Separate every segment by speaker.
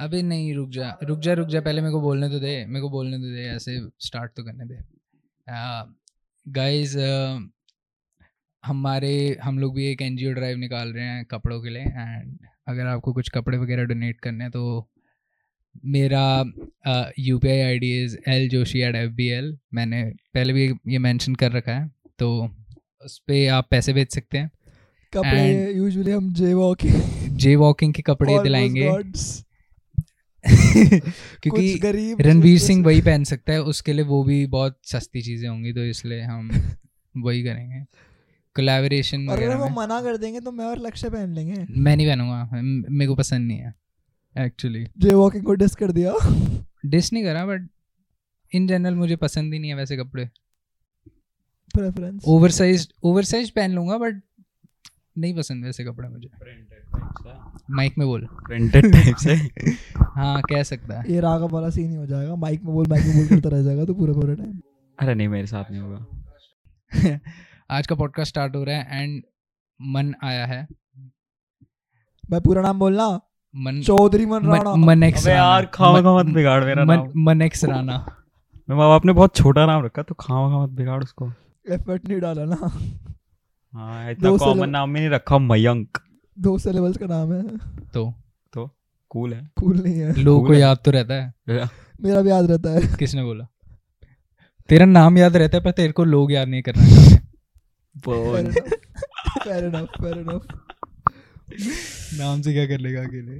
Speaker 1: अबे नहीं रुक जा रुक जा रुक जा पहले मेरे को बोलने तो दे मेरे को बोलने तो दे ऐसे स्टार्ट तो करने दे गाइस हमारे हम लोग भी एक एनजीओ ड्राइव निकाल रहे हैं कपड़ों के लिए एंड अगर आपको कुछ कपड़े वगैरह डोनेट करने हैं तो मेरा U P I I D is L Joshi at F B L मैंने पहले भी ये मेंशन कर रखा है तो उस पर आप पैसे भेज सकते हैं
Speaker 2: कपड़े यूजुअली हम जे वॉकिंग
Speaker 1: जे वॉकिंग के कपड़े दिलाएंगे
Speaker 2: कुछ
Speaker 1: क्योंकि
Speaker 2: गरीब
Speaker 1: रणवीर
Speaker 2: चीज़ों
Speaker 1: सिंह
Speaker 2: से-
Speaker 1: वही पहन सकता है उसके लिए वो भी बहुत सस्ती चीज़ें होंगी तो इसलिए हम वही करेंगे कोलैबोरेशन
Speaker 2: और अगर
Speaker 1: वगैरह
Speaker 2: वो
Speaker 1: में
Speaker 2: मना कर देंगे तो मैं और लक्ष्य पहन लेंगे
Speaker 1: मैं नहीं पहनूंगा म- मेरे को पसंद नहीं है एक्चुअली
Speaker 2: जे वॉकिंग को डिस कर दिया
Speaker 1: डिस नहीं करा बट इन जनरल मुझे पसंद ही नहीं है वैसे कपड़े
Speaker 2: preference
Speaker 1: over size over size पहन लूंगा बट नहीं पसंद वैसे कपड़े मुझे माइक में बोल
Speaker 3: प्रिंटेड टाइप से
Speaker 1: हाँ कह सकता है
Speaker 2: ये रागा वाला सीन ही हो जाएगा माइक में बोल माइक में बोल करता रह जाएगा तो पूरा पूरा टाइम
Speaker 3: अरे नहीं मेरे साथ नहीं होगा
Speaker 1: आज का पॉडकास्ट स्टार्ट हो रहा है एंड मन आया है
Speaker 2: मैं पूरा नाम बोलना
Speaker 1: मन
Speaker 2: चौधरी मन राणा
Speaker 1: मन मन एक्स
Speaker 3: अबे यार खामा खा मत बिगाड़ मेरा
Speaker 1: मन
Speaker 3: नाम
Speaker 1: मन एक्स राणा
Speaker 3: मेरे माँ बाप ने बहुत छोटा नाम रखा तो खामा खा मत बिगाड़ उसको
Speaker 2: एफर्ट नहीं डाला ना
Speaker 3: हाँ इतना
Speaker 2: दो सौ
Speaker 3: कॉमन
Speaker 2: लोग-
Speaker 3: नाम ही नहीं रखा मयंक
Speaker 2: दो सिलेबल्स का नाम है
Speaker 1: तो
Speaker 3: कूल है
Speaker 2: कूल नहीं है
Speaker 1: लोगों को
Speaker 3: बोला।
Speaker 1: याद तो रहता है
Speaker 2: मेरा भी याद रहता है
Speaker 1: किसने बोला तेरा नाम याद रहता है पर तेरे को लोग याद नहीं करना चाहते
Speaker 2: फेयर इनफ फेयर इनफ
Speaker 1: नाम से क्या कर लेगा अकेले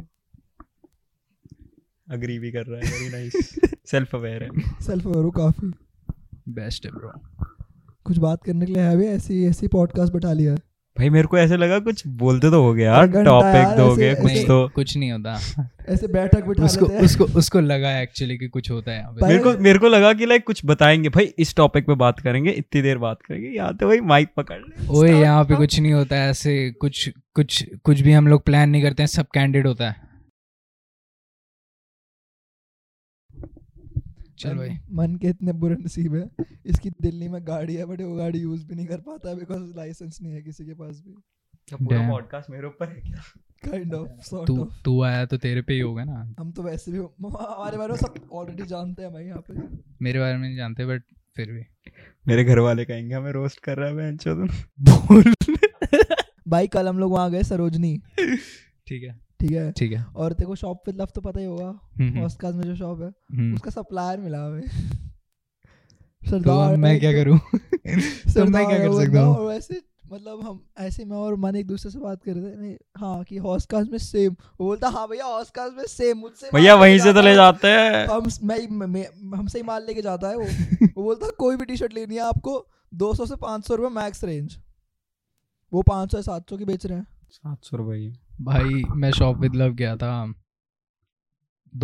Speaker 3: अग्री भी कर रहा है वेरी नाइस सेल्फ अवेयर है
Speaker 2: सेल्फ अवेयर हो काफी
Speaker 1: बेस्ट है ब्रो
Speaker 2: कुछ बात करने के लिए है भी ऐसी ऐसी पॉडकास्ट बैठा लिया है
Speaker 3: भाई मेरे को ऐसे लगा कुछ बोलते तो हो गया
Speaker 2: और
Speaker 3: यार
Speaker 2: घंटा
Speaker 3: टॉपिक
Speaker 2: यार
Speaker 3: तो हो
Speaker 2: ऐसे-
Speaker 3: गया कुछ
Speaker 1: नहीं
Speaker 3: तो
Speaker 1: कुछ नहीं होता
Speaker 2: ऐसे बैठक बैठा
Speaker 1: उसको
Speaker 2: लेते हैं
Speaker 1: उसको उसको लगा एक्चुअली कि कुछ होता है यहाँ पे।
Speaker 2: भाई-
Speaker 3: मेरे को मेरे को लगा कि लाइक कुछ बताएंगे भाई इस टॉपिक पे बात करेंगे इतनी देर बात करेंगे यहाँ तो भाई माइक पकड़ ले
Speaker 1: ओए यहाँ पे कुछ नहीं होता है ऐसे कुछ कुछ कुछ भी हम लोग प्लान नहीं करते हैं सब कैंडिड होता है चल भाई
Speaker 2: मन- मन के इतने बुरे नसीब है इसकी दिल्ली में गाड़ी है बट वो गाड़ी यूज भी नहीं कर पाता बिकॉज लाइसेंस नहीं है किसी के पास भी
Speaker 3: क्या पूरा
Speaker 1: Damn.
Speaker 3: पॉडकास्ट मेरे ऊपर है क्या
Speaker 2: काइंड ऑफ सॉर्ट
Speaker 1: तू
Speaker 2: ऑफ
Speaker 1: तू आया तो तेरे पे ही होगा ना
Speaker 2: हम तो वैसे भी हमारे बारे में सब ऑलरेडी जानते हैं भाई यहाँ पे
Speaker 1: मेरे बारे में नहीं जानते बट फिर भी
Speaker 3: मेरे घर वाले कहेंगे हमें रोस्ट कर रहा है मैं
Speaker 1: बोल
Speaker 2: भाई कल हम लोग वहाँ गए सरोजनी
Speaker 1: ठीक है
Speaker 2: ठीक है
Speaker 1: ठीक है
Speaker 2: और तेरे को शॉप पे लफ तो पता ही होगा
Speaker 1: हम्म, हम्म,
Speaker 2: ऑस्काज में जो शॉप है
Speaker 1: हम्म।
Speaker 2: उसका सप्लायर मिला हमें
Speaker 1: तो अब मैं क्या करूँ तो मैं क्या कर सकता
Speaker 2: सरदार वरना
Speaker 1: हूँ
Speaker 2: और वैसे मतलब हम ऐसे मैं और मन एक दूसरे से बात कर रहे थे नहीं हाँ कि हॉस्काज में सेम वो बोलता हाँ भैया हॉस्काज में सेम मुझसे
Speaker 3: भैया
Speaker 2: माल
Speaker 3: वहीं से तो ले
Speaker 2: है।
Speaker 3: जाते हैं
Speaker 2: हम मैं, मैं हमसे ही माल लेके जाता है वो वो बोलता कोई भी टी शर्ट लेनी है आपको 200 से 500 रुपए मैक्स रेंज वो 500 या 700 की बेच रहे हैं
Speaker 3: सात सौ रुपये
Speaker 1: भाई मैं शॉप विद लव गया था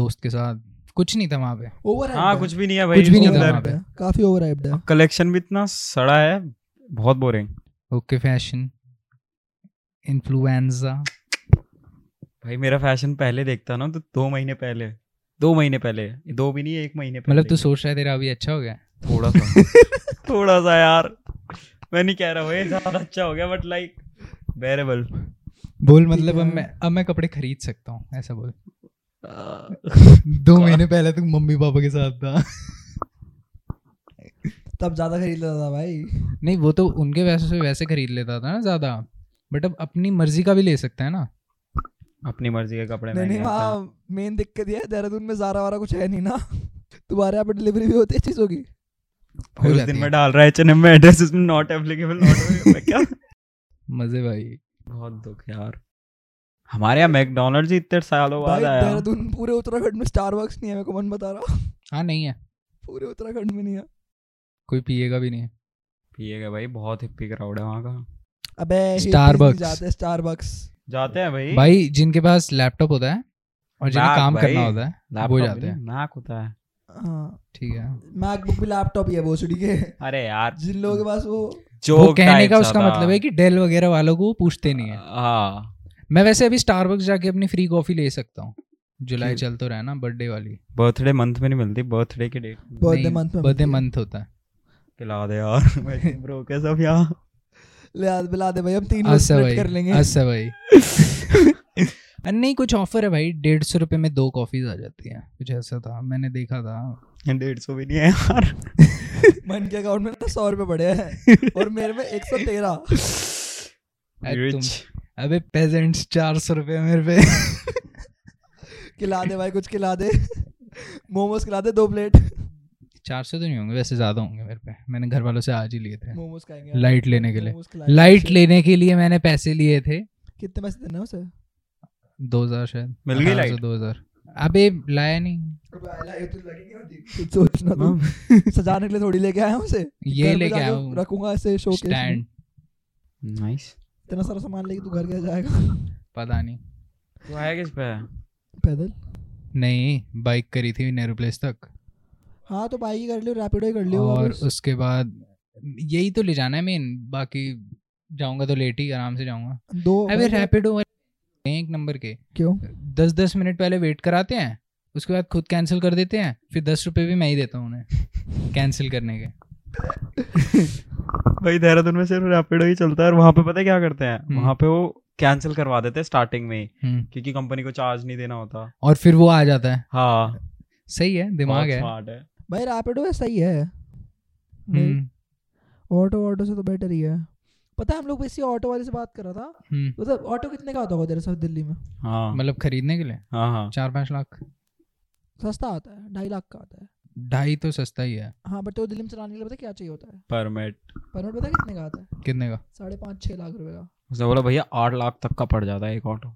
Speaker 1: दोस्त के साथ कुछ नहीं था वहाँ पे
Speaker 2: ओवर
Speaker 3: हाँ कुछ भी नहीं है भाई
Speaker 1: कुछ भी नहीं था
Speaker 3: उधर
Speaker 1: वहाँ पे।
Speaker 2: काफी ओवर है
Speaker 3: कलेक्शन भी इतना सड़ा है बहुत बोरिंग
Speaker 1: ओके फैशन इन्फ्लुएंजा
Speaker 3: भाई मेरा फैशन पहले देखता ना तो दो महीने पहले दो महीने पहले दो भी नहीं एक महीने पहले
Speaker 1: मतलब तू सोच रहा है तेरा अभी अच्छा हो गया
Speaker 3: थोड़ा सा थोड़ा सा यार मैं नहीं कह रहा हूँ ये ज्यादा अच्छा हो गया बट लाइक बेरेबल
Speaker 1: बोल मतलब
Speaker 2: है।
Speaker 1: अब मैं अब मैं कपड़े खरीद सकता हूँ ऐसा बोल दो
Speaker 3: का-
Speaker 1: महीने पहले तू मम्मी पापा के साथ था
Speaker 2: तब ज्यादा खरीद लेता था भाई
Speaker 1: नहीं वो तो उनके पैसों से वैसे खरीद लेता था ना ज्यादा बट अब अपनी मर्जी का भी ले सकता है ना
Speaker 3: अपनी मर्जी के कपड़े
Speaker 2: नहीं नहीं
Speaker 3: महंगे आते हैं।
Speaker 2: वहाँ मेन दिक्कत ये है देहरादून में जारा वारा कुछ है नहीं ना तुम्हारे यहाँ पे डिलीवरी भी होती है चीजों की
Speaker 3: भाई,
Speaker 1: हो
Speaker 3: उस
Speaker 1: जाती
Speaker 3: दिन
Speaker 1: है।
Speaker 3: मैं डाल रहा है एचएनएम में एड्रेस इसमें नॉट एप्लीकेबल नॉट एप्लीकेबल क्या
Speaker 1: मजे भाई
Speaker 3: बहुत दुख यार हमारे यहाँ मैकडोनल्ड्स ही इतने सालों
Speaker 2: भाई
Speaker 3: बाद आया
Speaker 2: देहरादून पूरे उत्तराखंड में स्टारबक्स नहीं है मेरे को मन बता रहा
Speaker 1: हाँ नहीं है
Speaker 2: पूरे उत्तराखंड में नहीं है
Speaker 1: कोई पिएगा भी नहीं है
Speaker 3: पिएगा भाई बहुत हिप्पी क्राउड है वहाँ का
Speaker 2: अबे hippies नहीं
Speaker 1: Starbucks।
Speaker 2: जाते स्टारबक्स
Speaker 3: जाते हैं भाई
Speaker 1: भाई जिनके पास लैपटॉप होता है और जिन्हें
Speaker 3: Mac
Speaker 1: काम
Speaker 3: भाई।
Speaker 1: करना होता है
Speaker 3: लैपटॉप
Speaker 1: जाते
Speaker 3: भी नहीं,
Speaker 1: हैं।
Speaker 3: मैक होता है
Speaker 2: हाँ
Speaker 1: ठीक है
Speaker 2: मैकबुक भी लैपटॉप ही है भोसड़ी के
Speaker 3: अरे यार
Speaker 2: जिन लोगों के पास वो
Speaker 1: वो कहने का उसका मतलब है कि डेल वगैरह वालों को वो पूछते नहीं है
Speaker 3: हाँ
Speaker 1: मैं वैसे अभी स्टारबक्स जाके अपनी फ्री कॉफी ले सकता हूँ जुलाई
Speaker 3: ठीक।
Speaker 1: चल तो रहा है ना बर्थडे वाली
Speaker 3: बर्थडे मंथ में नहीं मिलती बर्थडे के डेट
Speaker 2: बर्थडे मंथ में
Speaker 1: बर्थडे
Speaker 2: मिलती है।
Speaker 1: मंथ होता है
Speaker 3: खिला दे यार ब्रो के सब यहाँ
Speaker 2: ले आ- बुला दे भाई हम तीन लोग
Speaker 1: अच्छा
Speaker 2: स्प्लिट
Speaker 1: भाई
Speaker 2: कर लेंगे
Speaker 1: अच्छा भाई अरे नहीं कुछ ऑफर है भाई डेढ़ सौ रुपये में दो कॉफ़ीज आ जाती हैं कुछ ऐसा था मैंने देखा था
Speaker 3: डेढ़ सौ भी नहीं है यार
Speaker 1: अच्छा।
Speaker 2: मन के अकाउंट में ना सौ रुपये पड़े हैं और मेरे में एक सौ तेरह
Speaker 1: अरे तुम-
Speaker 3: Rich.
Speaker 1: अबे पेजेंट्स चार सौ रुपये मेरे पे
Speaker 2: खिला दे भाई कुछ खिला दे मोमोज खिला दे दो प्लेट
Speaker 1: चार सौ तो नहीं होंगे वैसे ज़्यादा होंगे मेरे पे मैंने घर वालों से आज ही लिए थे
Speaker 2: मोमोज खाएंगे
Speaker 1: Light लेने के लिए।
Speaker 2: Momos खिलाएंगे।
Speaker 1: लाइट
Speaker 3: अच्छा।
Speaker 2: Shit,
Speaker 1: लेने के लिए मैंने पैसे लिए थे
Speaker 2: कितने पैसे देना है उसे
Speaker 1: दो हजार शायद हाँ,
Speaker 3: मिल गई लाइट?
Speaker 1: दो हजार अबे लाया नहीं
Speaker 3: तो
Speaker 2: कुछ सोचना तो
Speaker 1: हाँ।
Speaker 2: तुम
Speaker 3: मैम,
Speaker 2: सजाने के लिए थोड़ी लेके आया हूं उसे घर
Speaker 1: ये
Speaker 2: में
Speaker 1: लेके
Speaker 2: जाके
Speaker 1: आया हूँ
Speaker 2: रखूंगा ऐसे
Speaker 3: तो
Speaker 2: शोकेस में
Speaker 1: स्टैंड
Speaker 3: nice.
Speaker 2: इतना सारा सामान लेके तू घर कैसे जाएगा
Speaker 1: पता नहीं
Speaker 3: वो आया किस पे
Speaker 2: पैदल
Speaker 1: नहीं बाइक करी थी नेहरू प्लेस तक
Speaker 2: हाँ तो बाइक ही कर लियो रैपिडो ही कर लियो
Speaker 1: और
Speaker 2: वापस।
Speaker 1: उसके बाद यही तो ले जाना है मेन बाकी जाऊंगा तो लेट ही आराम से जाऊंगा
Speaker 2: दो
Speaker 1: अबे
Speaker 2: भाई,
Speaker 1: रैपिडो एक नंबर के
Speaker 2: क्यों
Speaker 1: दस दस मिनट पहले वेट कराते हैं उसके बाद खुद कैंसिल कर देते हैं फिर दस रुपये भी मैं ही देता हूँ उन्हें कैंसिल करने के
Speaker 3: भाई देहरादून में सिर्फ रैपिडो ही चलता है और वहाँ पे पता है क्या करते हैं
Speaker 1: हम्म।
Speaker 3: वहाँ पे वो कैंसिल करवा देते हैं स्टार्टिंग में ही
Speaker 1: हम्म।
Speaker 3: क्योंकि कंपनी को चार्ज नहीं देना होता
Speaker 1: और फिर वो आ जाता है
Speaker 3: हाँ
Speaker 1: सही है दिमाग है
Speaker 3: स्मार्ट है
Speaker 2: भाई रैपिडो है सही है नहीं,
Speaker 1: हम्म,
Speaker 2: ऑटो ऑटो से तो बेटर ही है पता है हम लोग वैसे ऑटो वाले से बात कर रहा था
Speaker 1: हम्म।
Speaker 2: मतलब ऑटो कितने का आता होगा तेरे साथ दिल्ली में
Speaker 3: हाँ
Speaker 1: मतलब खरीदने के लिए
Speaker 3: हाँ हाँ
Speaker 1: चार पाँच लाख
Speaker 2: सस्ता आता है ढाई लाख का आता है
Speaker 1: ढाई तो सस्ता ही है
Speaker 2: हाँ बट वो दिल्ली में चलाने के लिए पता है क्या चाहिए होता है
Speaker 3: परमिट
Speaker 2: परमिट पता है कितने का आता है
Speaker 1: कितने का
Speaker 2: साढ़े पाँच छः लाख रुपए का
Speaker 3: उसने बोला भैया आठ लाख तक का पड़ जाता है एक ऑटो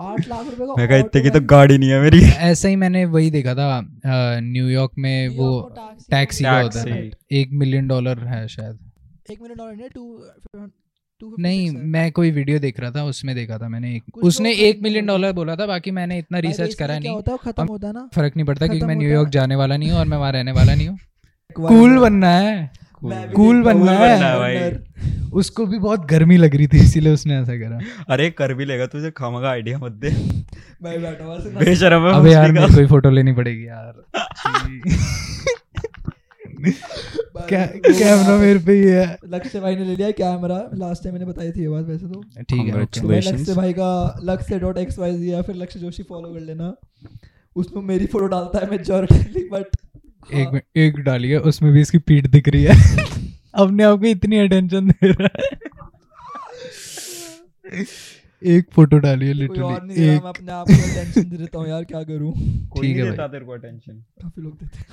Speaker 2: आठ लाख रुपए का
Speaker 3: मैं कहा इतने की
Speaker 2: ऑटो
Speaker 3: तो गाड़ी नहीं है मेरी
Speaker 1: ऐसा ही मैंने वही देखा था अ, न्यूयॉर्क में
Speaker 2: है,
Speaker 1: वो
Speaker 2: आपको
Speaker 1: टैक्सी का होता है
Speaker 3: टैक्सी।
Speaker 1: एक मिलियन डॉलर है
Speaker 2: तो
Speaker 1: शायद
Speaker 2: एक मिनट और टू टू
Speaker 1: नहीं मैं कोई वीडियो देख रहा था उसमें देखा था मैंने एक
Speaker 2: कुछ
Speaker 1: उसने
Speaker 2: लोग
Speaker 1: एक मिलियन
Speaker 2: खरीदते हैं।
Speaker 1: डॉलर बोला था बाकी मैंने इतना रिसर्च करा
Speaker 2: क्या
Speaker 1: नहीं
Speaker 2: होता है वो खत्म होता है ना
Speaker 1: फर्क नहीं पड़ता क्योंकि
Speaker 2: खत्म
Speaker 1: मैं
Speaker 2: होता
Speaker 1: न्यूयॉर्क
Speaker 2: है।
Speaker 1: जाने वाला नहीं हूँ और मैं वहाँ रहने वाला नहीं हूँ कूल बनना है
Speaker 2: मैं भी
Speaker 1: Cool
Speaker 2: देख रहा हूँ,
Speaker 1: बनना
Speaker 2: cool
Speaker 1: है।
Speaker 2: भाई
Speaker 1: उसको भी बहुत गर्मी लग रही थी इसीलिए उसने ऐसा करा
Speaker 3: अरे कर भी लेगा तुझे खामगा आइडिया मत दे
Speaker 2: मैं बैठा हुआ सिर्फ-
Speaker 3: बेशरम है
Speaker 1: अबे यार
Speaker 3: मछली का।
Speaker 1: मेरे को ही फोटो लेनी पड़ेगी यार
Speaker 2: भाई,
Speaker 1: क्या
Speaker 2: वो
Speaker 1: कैमरा मेरे पे ही है
Speaker 2: लक्ष्य भाई ने ले लिया कैमरा लास्ट टाइम मैंने बताई थी ये बात वैसे तो
Speaker 1: ठीक है okay.
Speaker 2: तो भाई
Speaker 3: Congratulations.
Speaker 2: लक्ष्य भाई का Lakshya dot X Y Z या फिर लक्ष्य जोशी फॉलो कर लेना उसमें मेरी फोटो डालता है मेजोरिटी बट हाँ।
Speaker 1: एक मिनट एक डाली है उसमें भी इसकी पीठ दिख रही है अपने आप को इतनी अटेंशन दे रहा है एक फोटो डाली है
Speaker 2: कोई और नहीं
Speaker 1: लिटरली
Speaker 2: दे
Speaker 1: एक
Speaker 2: रहा, मैं अपने आप को टेंशन दे देता हूँ यार क्या करूँ
Speaker 3: कोई
Speaker 1: ठीक
Speaker 3: नहीं
Speaker 1: है
Speaker 3: देता तेरे को attention।
Speaker 2: काफी लोग देते हैं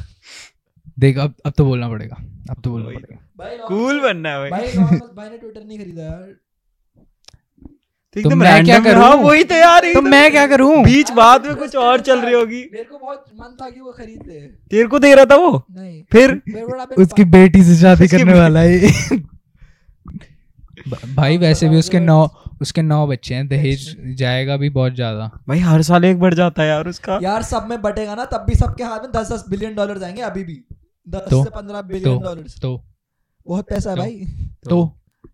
Speaker 1: देख अब अब तो बोलना पड़ेगा अब तो बोलना
Speaker 3: वही।
Speaker 1: पड़ेगा
Speaker 2: भाई
Speaker 3: Cool बनना है भाई
Speaker 2: भाई normal- भाई ने ट्विटर नहीं खरीदा यार
Speaker 3: तो
Speaker 1: तो
Speaker 3: एकदम
Speaker 1: मैं क्या
Speaker 3: random है।
Speaker 1: करूं?
Speaker 3: हाँ वही तो यार
Speaker 1: तो
Speaker 3: एकदम-
Speaker 1: मैं क्या करूं
Speaker 3: बीच बात में कुछ और चल रही होगी
Speaker 2: तो मेरे को बहुत मन था कि वो खरीद ले
Speaker 3: तेरे को दे रहा था वो
Speaker 2: नहीं
Speaker 3: फिर
Speaker 2: मेरे को डाल-
Speaker 1: उसकी बेटी से शादी
Speaker 3: उसकी
Speaker 1: करने
Speaker 3: बे-
Speaker 1: वाला है ब- भाई वैसे
Speaker 2: तो
Speaker 1: भी उसके नौ उसके नौ बच्चे हैं दहेज जाएगा भी बहुत ज्यादा
Speaker 3: भाई हर साल एक बढ़ जाता है यार उसका
Speaker 2: यार सब में बटेगा ना तब भी सबके हाथ में दस दस बिलियन डॉलर आएंगे अभी भी दस
Speaker 1: तो-
Speaker 2: से पंद्रह
Speaker 1: तो
Speaker 2: बिलियन डॉलर
Speaker 1: तो
Speaker 2: बहुत पैसा है
Speaker 1: तो-
Speaker 2: भाई
Speaker 1: तो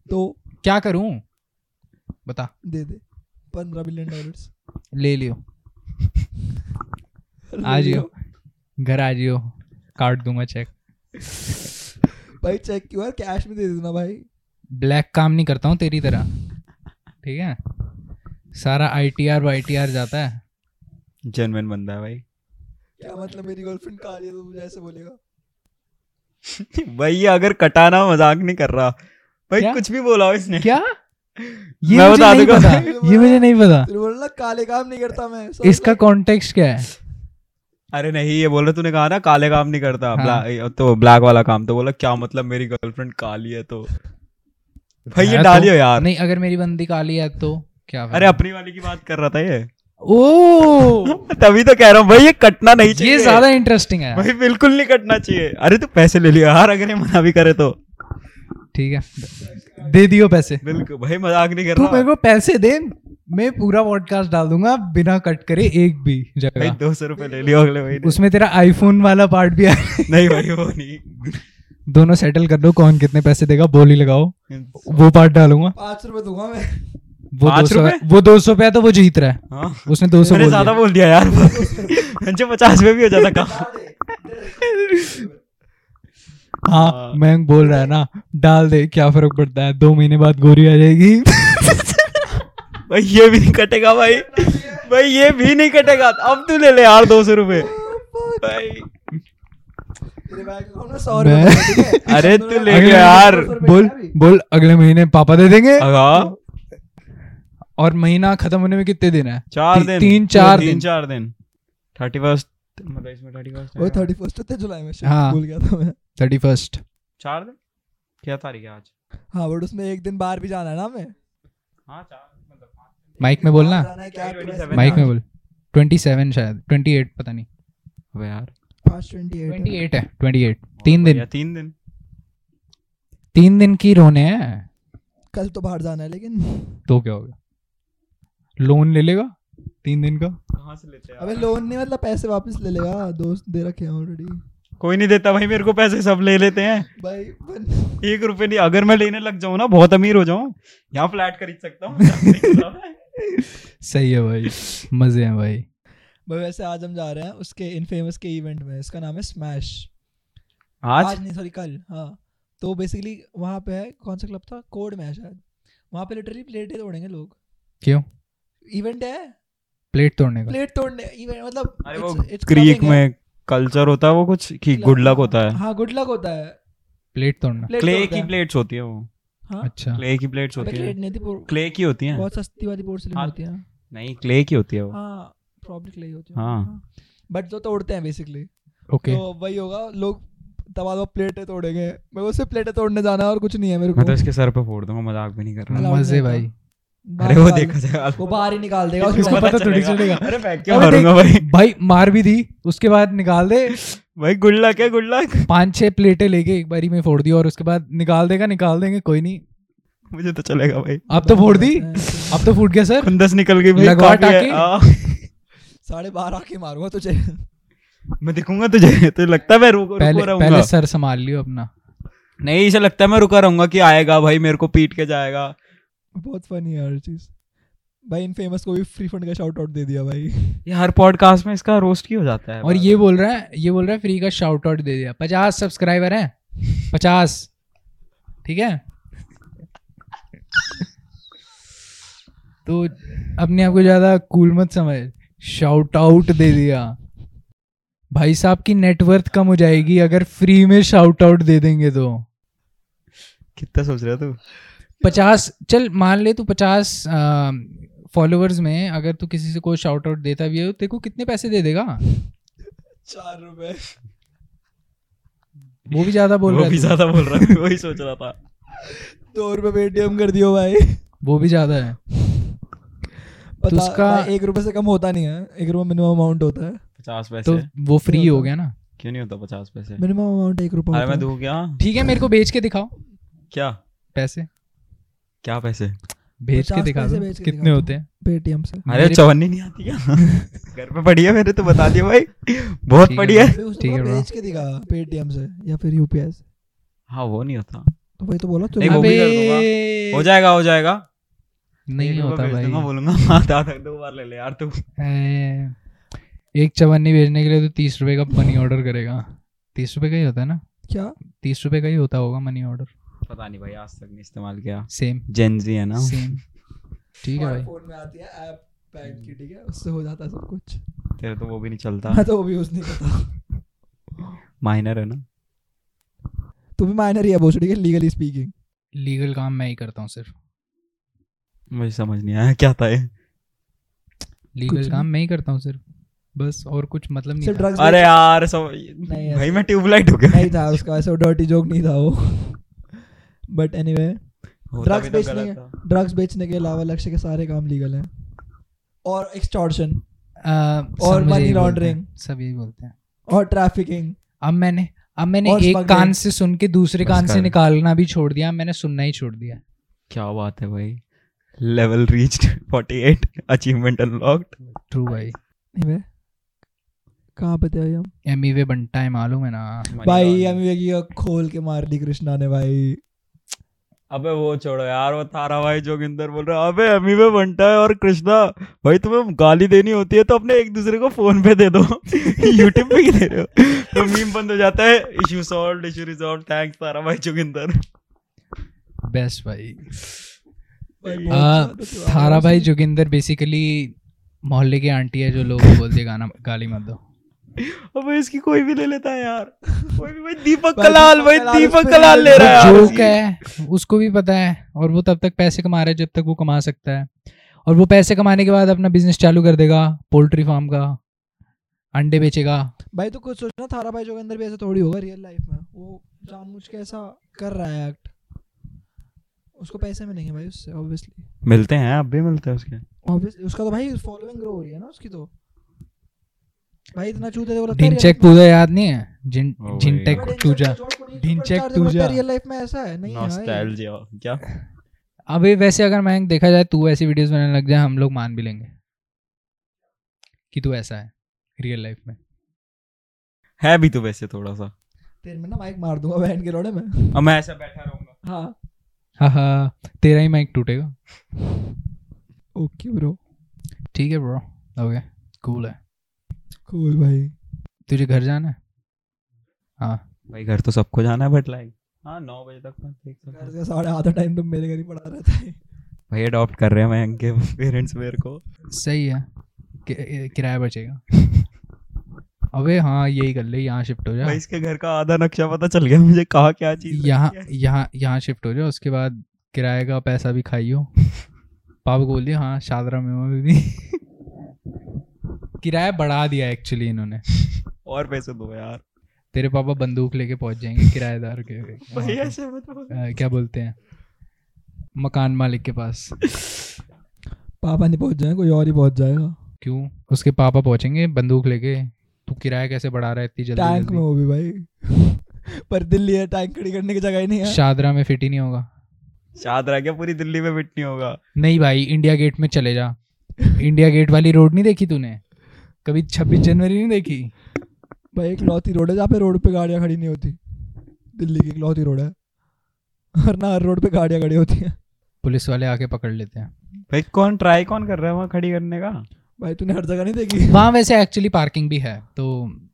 Speaker 2: तो
Speaker 1: क्या करूं बता
Speaker 2: दे दे पंद्रह बिलियन डॉलर
Speaker 1: ले लियो आ जियो घर आ जियो काट दूंगा चेक
Speaker 2: भाई चेक क्यों यार कैश में दे देना भाई
Speaker 1: ब्लैक काम नहीं करता हूँ तेरी तरह ठीक है सारा I T R Y T R जाता है
Speaker 3: जेनविन बंदा है भाई
Speaker 2: क्या मतलब मेरी गर्लफ्रेंड का रही है तो मुझे ऐसे बोलेगा
Speaker 3: भाई ये अगर कटाना मजाक नहीं कर रहा भाई
Speaker 1: क्या?
Speaker 3: कुछ भी बोला हो इसने
Speaker 1: क्या ये
Speaker 3: मैं
Speaker 1: मुझे
Speaker 3: बता
Speaker 1: नहीं
Speaker 3: दूंगा।
Speaker 1: पता ये मुझे नहीं पता
Speaker 2: फिर बोलना काले काम नहीं करता मैं sorry
Speaker 1: इसका कॉन्टेक्स्ट क्या है
Speaker 3: अरे नहीं ये बोल रहा तूने कहा ना काले काम नहीं करता
Speaker 1: हाँ।
Speaker 3: ब्ला, तो ब्लैक वाला काम तो बोला क्या मतलब मेरी गर्लफ्रेंड काली है तो
Speaker 1: हाँ।
Speaker 3: भाई
Speaker 1: है
Speaker 3: ये
Speaker 1: तो-
Speaker 3: डालियो यार
Speaker 1: नहीं अगर मेरी बंदी काली है तो क्या
Speaker 3: अरे
Speaker 1: फायदा?
Speaker 3: अपनी वाली की बात कर रहा था ये
Speaker 1: ओ
Speaker 3: तभी तो कह रहा हूँ भाई ये कटना नहीं चाहिए
Speaker 1: ये ज्यादा इंटरेस्टिंग है
Speaker 3: भाई बिल्कुल नहीं कटना चाहिए अरे तू पैसे ले लियो यार अगर ये मना भी करे तो
Speaker 1: ठीक है दे दियो पैसे
Speaker 3: बिल्कुल भाई मजाक नहीं कर
Speaker 1: तू मेरे
Speaker 3: रहा
Speaker 1: को पैसे दे मैं पूरा पॉडकास्ट डाल दूंगा बिना कट करे एक भी
Speaker 3: भाई
Speaker 1: जगह
Speaker 3: दो सौ रुपए ले लियो अगले महीने
Speaker 1: उसमें तेरा आईफोन वाला पार्ट भी आ
Speaker 3: नहीं भाई वो नहीं
Speaker 1: दोनों सेटल कर दो कौन कितने पैसे देगा बोली लगाओ वो पार्ट डालूंगा
Speaker 2: पाँच रुपए दूंगा मैं Oh,
Speaker 1: वो
Speaker 3: पाँच
Speaker 1: दो सौ
Speaker 3: रुपए?
Speaker 1: वो दो सौ पे है तो वो जीत रहा है
Speaker 3: हाँ
Speaker 1: उसने दो सौ
Speaker 3: मैंने ज्यादा बोल दिया यार जो पचास में भी हो जाता काम
Speaker 2: डाल दे।
Speaker 1: हाँ मैं बोल रहा है ना डाल दे क्या फर्क पड़ता है दो महीने बाद गोरी आ जाएगी
Speaker 3: भाई ये भी नहीं कटेगा भाई भाई ये भी नहीं कटेगा अब तू ले ले यार दो सौ रुपए भाई
Speaker 2: तेरे बैंक अकाउंट में सौ रुपए
Speaker 1: मैं-
Speaker 2: बचा, ठीक है?
Speaker 3: अरे
Speaker 2: तो
Speaker 3: तू
Speaker 2: मैं-
Speaker 3: ले
Speaker 1: अगले
Speaker 3: ले यार
Speaker 2: दो सौ रुपए
Speaker 1: बोल
Speaker 2: का भी।
Speaker 1: बोल अगले महीने पापा दे देंगे
Speaker 3: अगा
Speaker 1: और महीना खत्म होने में कितने दिन है
Speaker 3: चार
Speaker 1: ती-
Speaker 3: दिन
Speaker 1: तीन चार
Speaker 3: तीन
Speaker 1: दिन
Speaker 3: चार दिन थर्टी फर्स्ट मतलब इसमें थर्टी फर्स्ट
Speaker 2: वो थर्टी फर्स्ट थे जुलाई में shit,
Speaker 1: हाँ।
Speaker 2: भूल गया था मैं
Speaker 1: थर्टी फर्स्ट
Speaker 3: चार दिन क्या तारीख है आज
Speaker 2: हाँ बट उसमें एक दिन बाहर भी जाना है ना हमें
Speaker 3: हाँ चार मतलब
Speaker 1: माइक में बोलना
Speaker 2: बाहर जाना है क्या
Speaker 3: 27
Speaker 1: माइक में बोल ट्वेंटी सेवन शायद ट्वेंटी एट पता नहीं
Speaker 3: अबे यार
Speaker 2: पाँच ट्वेंटी
Speaker 1: ट्वेंटी एट है ट्वेंटी एट तीन दिन
Speaker 3: बढ़िया, तीन दिन
Speaker 1: तीन दिन की रोने हैं
Speaker 2: कल तो बाहर जाना है लेकिन
Speaker 1: तो क्या होगा लोन ले लेगा तीन दिन का
Speaker 3: कहाँ से लेते हैं
Speaker 2: अबे
Speaker 3: यार?
Speaker 2: लोन नहीं मतलब पैसे वापस ले लेगा दोस्त दे रखे हैं ऑलरेडी
Speaker 3: कोई नहीं देता भाई मेरे को पैसे सब ले लेते हैं
Speaker 2: भाई बन-
Speaker 3: एक रुपए नहीं अगर मैं लेने लग जाऊँ ना बहुत अमीर हो जाऊँ यहाँ फ्लैट खरीद सकता हूँ
Speaker 1: सही है भाई मजे हैं भाई
Speaker 2: भाई वैसे आज हम जा रहे हैं उसके इनफेमस के इवेंट में इसका नाम है स्मैश
Speaker 3: आज
Speaker 2: आज नहीं सॉरी कल हाँ तो बेसिकली वहाँ पे है कौन सा क्लब था कोड में है शायद वहाँ पे लिटरली प्लेटें तोड़ेंगे लोग
Speaker 1: क्यों?
Speaker 2: इवेंट है
Speaker 1: प्लेट तोड़ने का
Speaker 2: प्लेट तोड़ने इवेंट मतलब
Speaker 3: अरे
Speaker 2: it's-
Speaker 3: वो
Speaker 2: it's
Speaker 3: क्रीक
Speaker 2: clubbing है।
Speaker 3: में कल्चर होता है वो कुछ कि
Speaker 2: Club-
Speaker 3: गुड लक होता है
Speaker 2: हाँ गुड लक होता है
Speaker 1: प्लेट तोड़ना
Speaker 2: प्लेट
Speaker 3: क्ले
Speaker 2: तोड़ता
Speaker 3: की
Speaker 2: है।
Speaker 3: प्लेट्स होती है वो
Speaker 2: हाँ
Speaker 1: अच्छा
Speaker 3: क्ले की प्लेट्स
Speaker 2: अबे
Speaker 3: होती है
Speaker 2: क्लेट नहीं थी वो-
Speaker 3: क्ले की होती है
Speaker 2: बहुत सस्ती वाली पोर्सलिन
Speaker 3: हाँ।
Speaker 2: होती है
Speaker 3: नहीं क्ले की होती है वो
Speaker 2: हाँ प्रॉब्लम क्ले होती
Speaker 3: हाँ।
Speaker 2: है बट जो तोड़ते हैं बेसिकली
Speaker 1: ओके
Speaker 2: तो वही होगा लोग तबादला प्लेटें तोड़ेंगे मेरे को सिर्फ प्लेटें तोड़ने जाना है और कुछ नहीं है मेरे को
Speaker 3: मैं तो इसके सर पे फोड़ दूंगा मजाक भी नहीं कर रहा
Speaker 2: Allowed
Speaker 1: मजे
Speaker 2: नहीं था।
Speaker 1: भाई
Speaker 2: बाहर
Speaker 3: अरे वो
Speaker 2: निकाल-
Speaker 3: देखा जाएगा
Speaker 2: वो बाहर ही निकाल देगा
Speaker 1: इसको
Speaker 2: उसको
Speaker 1: पता
Speaker 2: पता
Speaker 1: थोड़ी चलेगा।
Speaker 3: अरे फेंक के
Speaker 1: अबे देख-
Speaker 3: मारूंगा भाई
Speaker 1: भाई मार भी दी उसके बाद निकाल दे
Speaker 3: भाई गुड लक है गुड लक
Speaker 1: पांच छह प्लेटें लेके एक बारी में फोड़ दी और उसके बाद निकाल देगा निकाल देंगे कोई नहीं
Speaker 3: मुझे तो चलेगा भाई
Speaker 1: अब तो फोड़ दी
Speaker 2: हाँ,
Speaker 1: अब तो फूट गया सर
Speaker 3: खुंदस निकल गई भाई
Speaker 1: लगवा
Speaker 3: काफी है हाँ।
Speaker 1: टाके?
Speaker 3: आ,
Speaker 2: साढ़े बारह आके मारूंगा तुझे
Speaker 3: मैं दिखूंगा तुझे तो लगता है मैं रुको रुको
Speaker 1: पहले
Speaker 3: रहूंगा
Speaker 1: पहले सर संभाल लियो अपना
Speaker 3: नहीं इसे लगता है मैं रुका रहूंगा कि आएगा भाई मेरे को पीट के जाएगा
Speaker 2: बहुत फनी है हर चीज भाई इन फेमस को भी फ्री फंड का शाउट आउट दे दिया भाई
Speaker 3: ये हर पॉडकास्ट में इसका रोस्ट ही हो जाता है
Speaker 1: और ये बोल रहा है ये बोल रहा है फ्री का शाउट आउट दे दिया पचास सब्सक्राइबर हैं पचास ठीक है तो अपने आप को ज्यादा कूल मत समझ शाउट आउट दे दिया भाई साहब की नेटवर्थ कम हो जाएगी अगर फ्री में शाउट आउट दे देंगे तो
Speaker 3: कितना सोच रहा है तू
Speaker 1: पचास चल मान ले तू पचास फॉलोअर्स में अगर तू किसी से कोई शाउट आउट देता भी है तो तेरे को कितने पैसे दे देगा
Speaker 2: चार रुपए
Speaker 1: वो भी ज्यादा बोल
Speaker 3: वो
Speaker 1: रहा है
Speaker 3: भी
Speaker 1: तू।
Speaker 3: ज्यादा बोल रहा है वही सोच रहा था
Speaker 2: दो रुपए पेटीएम कर दियो भाई
Speaker 1: वो भी ज्यादा है
Speaker 2: पता
Speaker 1: तो उसका-
Speaker 2: भाई, एक रुपए से कम होता नहीं है एक रुपए मिनिमम अमाउंट होता है
Speaker 3: पचास पैसे
Speaker 1: तो वो फ्री
Speaker 2: क्या
Speaker 1: हो
Speaker 2: होता?
Speaker 1: गया ना
Speaker 3: क्यों नहीं होता पचास पैसे
Speaker 2: मिनिमम अमाउंट एक रुपए
Speaker 3: अरे
Speaker 2: होता
Speaker 3: मैं
Speaker 2: है
Speaker 3: दू क्या
Speaker 1: ठीक है मेरे को बेच के दिखाओ
Speaker 3: क्या
Speaker 1: पैसे
Speaker 3: क्या पैसे
Speaker 1: भेज के
Speaker 2: पचास
Speaker 1: दिखा
Speaker 2: पैसे
Speaker 1: दो
Speaker 2: बेच के
Speaker 1: कितने
Speaker 2: दिखा दो।
Speaker 1: होते हैं
Speaker 2: पेटीएम से
Speaker 3: अरे
Speaker 1: मेरे-
Speaker 3: चवन्नी नहीं आती क्या घर पे पड़ी है मेरे तो बता दिया भाई बहुत
Speaker 1: ठीक
Speaker 3: पड़ी
Speaker 1: है।
Speaker 3: है
Speaker 2: अबे उसने
Speaker 1: ठीक है,
Speaker 2: बोला
Speaker 1: bro.
Speaker 2: भेज के दिखा पेटीएम से या फिर यूपीआई से
Speaker 3: हाँ वो नहीं होता
Speaker 2: तो भाई तो बोला
Speaker 3: नहीं,
Speaker 2: तुम
Speaker 3: वो भी कर दूंगा। हो
Speaker 1: अबे
Speaker 3: जाएगा हो जाएगा
Speaker 1: नहीं
Speaker 3: एक रुपया
Speaker 1: होता
Speaker 3: भेज दूंगा,
Speaker 1: भाई
Speaker 3: बोलूंगा हाँ दा दा, दो बार ले ले यार तू
Speaker 1: ए, एक चवन्नी भेजने के लिए तो तीस रुपए का मनी ऑर्डर करेगा तीस रुपए का ही होता है ना
Speaker 2: क्या
Speaker 1: तीस रुपए का ही होता होगा मनी ऑर्डर
Speaker 3: पता नहीं भाई आज तक नहीं इस्तेमाल किया
Speaker 1: सेम
Speaker 3: जेनजी है ना
Speaker 1: सेम ठीक है भाई
Speaker 2: फोन में आती है ऐप बैंक की ठीक है उससे हो जाता है सब कुछ
Speaker 3: तेरे तो वो भी नहीं चलता
Speaker 2: मैं तो वो भी यूज नहीं करता
Speaker 3: माइनर है ना
Speaker 2: तू भी माइनर ही है भोसड़ी के लीगली स्पीकिंग
Speaker 1: लीगल काम मैं ही करता हूँ सिर्फ
Speaker 3: मुझे समझ नहीं आया क्या था ये
Speaker 1: लीगल
Speaker 2: नहीं।
Speaker 1: काम मैं ही करता हूँ सिर्फ बस और कुछ मतलब नहीं
Speaker 2: सिर्फ
Speaker 1: था।
Speaker 2: ड्रग्स
Speaker 3: अरे यार सब
Speaker 2: नहीं यार।
Speaker 3: भाई मैं ट्यूबलाइट हो गया
Speaker 2: नहीं था उसका ऐसा डर्टी जोक नहीं था वो बट एनीवे
Speaker 3: होता
Speaker 2: ड्रग्स
Speaker 3: भी तो
Speaker 2: बेचने
Speaker 3: गलत था।
Speaker 2: के ड्रग्स बेचने के अलावा लक्ष्य के सारे काम लीगल हैं और एक्सटॉर्शन
Speaker 1: आ, सब
Speaker 2: और
Speaker 1: मुझे
Speaker 2: money
Speaker 1: यही बोलते हैं,
Speaker 2: laundering।
Speaker 1: सब यही बोलते हैं
Speaker 2: और ट्रैफिकिंग
Speaker 1: अब मैंने अब मैंने
Speaker 2: और
Speaker 1: एक
Speaker 2: स्मगलिंग।
Speaker 1: कान से सुन के दूसरे
Speaker 3: बस
Speaker 1: कान से
Speaker 3: कर।
Speaker 1: निकालना भी छोड़ दिया मैंने सुनना ही छोड़ दिया
Speaker 3: क्या बात है भाई level reached 48 achievement unlocked
Speaker 1: true भाई
Speaker 2: एनीवे कहाँ पे थे अभी हम
Speaker 1: एमी वे बनता E है मालूम है ना
Speaker 2: भाई हम ये किया, खोल के मार दी कृष्णा ने भाई
Speaker 3: अबे वो छोड़ो यार वो थारा भाई जोगिंदर बोल रहा है अबे अमी में बनता है और कृष्णा भाई तुम्हें गाली देनी होती है तो अपने एक दूसरे को फोन पे दे दो यूट्यूब पे क्यों दे रहे हो तो मीम बंद हो जाता है issue solve issue resolve thanks थारा भाई जोगिंदर
Speaker 1: बेस्ट भाई
Speaker 2: भाई,
Speaker 1: आ,
Speaker 3: तो
Speaker 2: बहुत तो कुछ हुआ
Speaker 1: थारा
Speaker 2: उसमें।
Speaker 1: भाई जोगिंदर बेसिकली मोहल्ले की आंटी है जो लोग बोलते हैं, गाना गाली मत दो
Speaker 3: अबे इसकी कोई भी ले लेता है यार कोई भी भाई दीपक
Speaker 2: भाई
Speaker 3: कलाल
Speaker 2: दीपक
Speaker 3: भाई
Speaker 2: कलाल उस
Speaker 3: दीपक
Speaker 2: पे
Speaker 3: कलाल ले
Speaker 2: ले
Speaker 3: रहा है
Speaker 2: रहा
Speaker 3: यार
Speaker 1: जोक
Speaker 3: उसकी।
Speaker 1: है उसको भी पता है और वो तब तक पैसे कमा रहा है जब तक वो कमा सकता है और वो पैसे कमाने के बाद अपना बिजनेस चालू कर देगा पोल्ट्री फार्म का अंडे बेचेगा
Speaker 2: भाई तो कुछ सोचना थारा भाई जोगिंदर भी ऐसा थोड़ी होगा रियल लाइफ में वो जानबूझ के ऐसा कर रहा है एक्ट उसको पैसे मिलेंगे भाई उससे ऑब्वियसली
Speaker 3: मिलते हैं अब भी मिलते हैं उसके
Speaker 2: ऑब्वियसली उसका तो भाई फॉलोइंग ग्रो हो रही है ना उसकी तो भाई इतना तो चूते
Speaker 3: तो
Speaker 2: थे
Speaker 1: ढिन चेक पूजा याद नहीं है जिन
Speaker 3: ओ
Speaker 1: जिन
Speaker 3: भाई।
Speaker 1: टेक पूजा ढिंचैक पूजा।
Speaker 2: रियल लाइफ में ऐसा है नहीं है
Speaker 3: नॉस्टैल्जिया क्या
Speaker 1: अभी वैसे अगर मैं देखा जाए तू ऐसी वीडियोस बनाने लग जाए हम लोग मान भी लेंगे कि तू ऐसा है रियल लाइफ में
Speaker 3: है भी तो वैसे थोड़ा सा
Speaker 2: तेरे में ना माइक मार दूंगा बहन के रोड़े में
Speaker 3: अब मैं ऐसा बैठा रहूंगा
Speaker 2: हाँ
Speaker 1: हाँ हाँ तेरा ही माइक टूटेगा
Speaker 2: ओके ब्रो
Speaker 1: ठीक है ब्रो ओके कूल है
Speaker 2: कूल भाई
Speaker 1: तुझे घर जाना है हाँ
Speaker 3: भाई घर तो सबको जाना है बट लाइक हाँ नौ बजे तक मैं देख सकता
Speaker 2: घर
Speaker 3: हूँ।
Speaker 2: से साढ़े आधा टाइम तो मेरे घर ही पड़ा रहता है
Speaker 3: भाई अडॉप्ट कर रहे हैं मैं इनके पेरेंट्स मेरे को
Speaker 1: सही है कि- किराया बचेगा अबे हाँ यही कर ले यहाँ शिफ्ट हो जा
Speaker 3: भाई इसके घर का आधा नक्शा पता चल गया मुझे कहा क्या चीज
Speaker 1: यहाँ यहाँ यहाँ शिफ्ट हो जा उसके बाद किराए का पैसा भी खाइयो पापा को बोल दिया हाँ शादरा मेमा भी, भी किराया बढ़ा दिया एक्चुअली इन्होंने
Speaker 3: और पैसे दो यार
Speaker 1: तेरे पापा बंदूक लेके पहुंच जाएंगे किराएदार के वहाँ
Speaker 3: भाई
Speaker 1: पे।
Speaker 3: ऐसे मत बोल।
Speaker 1: अ, क्या बोलते हैं मकान मालिक के पास
Speaker 2: पापा नहीं पहुंच जाएंगे कोई और ही पहुंच जाएगा
Speaker 1: क्यों उसके पापा पहुंचेंगे बंदूक लेके तू किराया कैसे बढ़ा रहा है इतनी जल्दी
Speaker 2: टैंक में
Speaker 1: जल्दी
Speaker 2: वो भी भाई पर दिल्ली है टैंक खड़ी करने की जगह ही नहीं है
Speaker 1: शादरा में फिट ही नहीं होगा
Speaker 3: याद रह गया पूरी दिल्ली में बिट नहीं होगा
Speaker 1: नहीं भाई इंडिया गेट में चले जा इंडिया गेट वाली रोड नहीं देखी तूने कभी 26 जनवरी नहीं देखी
Speaker 2: भाई एक लौती रोड है जहाँ पे रोड पे गाड़ियाँ खड़ी नहीं होती दिल्ली की एक लौती रोड है और ना हर रोड पे गाड़ियाँ खड़ी होती हैं
Speaker 1: पुलिस वाले आके पकड़ लेते हैं
Speaker 3: भाई कौन ट्राई कौन कर रहा है वहाँ खड़ी करने का
Speaker 2: भाई तूने हर जगह नहीं देखी
Speaker 1: वहाँ वैसे एक्चुअली पार्किंग भी है तो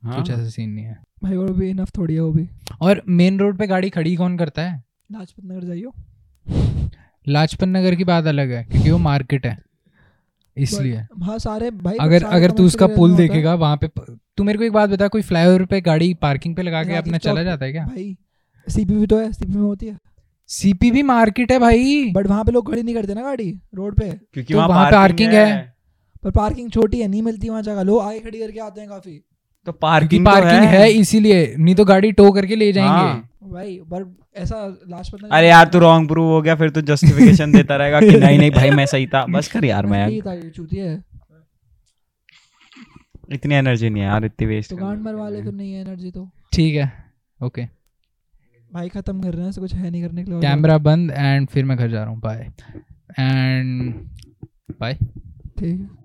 Speaker 3: हाँ।
Speaker 1: कुछ ऐसा सीन नहीं है
Speaker 2: भाई वो भी इनफ थोड़ी है वो भी और
Speaker 1: और मेन रोड पे गाड़ी खड़ी कौन करता है
Speaker 2: लाजपत नगर जाइयो
Speaker 1: लाजपत नगर की बात अलग है क्योंकि वो मार्केट है इसलिए
Speaker 2: But- हाँ सारे भाई
Speaker 1: अगर
Speaker 2: सारे
Speaker 1: अगर तू
Speaker 2: commercial
Speaker 1: उसका
Speaker 2: area
Speaker 1: पुल
Speaker 2: में होता है।
Speaker 1: देखेगा वहाँ पे तू मेरे को एक बात बता कोई फ्लाईओवर पे गाड़ी पार्किंग पे लगा के
Speaker 2: राजीव
Speaker 1: अपना चला
Speaker 2: चौक पे।
Speaker 1: जाता है क्या
Speaker 2: भाई सीपी भी तो है सीपी में होती है
Speaker 1: सीपी भी मार्केट है भाई
Speaker 2: बट वहाँ पे लोग खड़ी नहीं करते ना गाड़ी रोड पे
Speaker 3: क्योंकि
Speaker 1: तो
Speaker 3: वहाँ
Speaker 1: वहाँ पे
Speaker 3: पार्किंग
Speaker 1: parking
Speaker 3: है
Speaker 1: है।
Speaker 2: पर पार्किंग छोटी है नहीं मिलती वहाँ जगह लोग आगे खड़ी करके आते हैं काफी
Speaker 3: तो
Speaker 1: क्योंकि
Speaker 3: पार्किंग
Speaker 1: पार्किंग है इसीलिए नहीं तो गाड़ी टो करके ले
Speaker 3: हाँ।
Speaker 1: जाएंगे
Speaker 2: भाई पर ऐसा लाजपत नगर
Speaker 3: अरे यार तू रॉन्ग प्रूव हो गया फिर तू जस्टिफिकेशन देता रहेगा कि नहीं नहीं भाई मैं सही था बस कर यार मैं
Speaker 2: ये था, ये चूती है तो
Speaker 3: इतनी एनर्जी नहीं है यार इतनी वेस्ट
Speaker 2: तो गांड मरवाले फिर नहीं है एनर्जी तो
Speaker 1: ठीक है ओके
Speaker 2: भाई खत्म कर रहे हैं ऐसा कुछ है नहीं करने के लिए और
Speaker 1: कैमरा बंद एंड फिर मैं घर जा रहा हूँ बाय एंड बाय
Speaker 2: ठीक है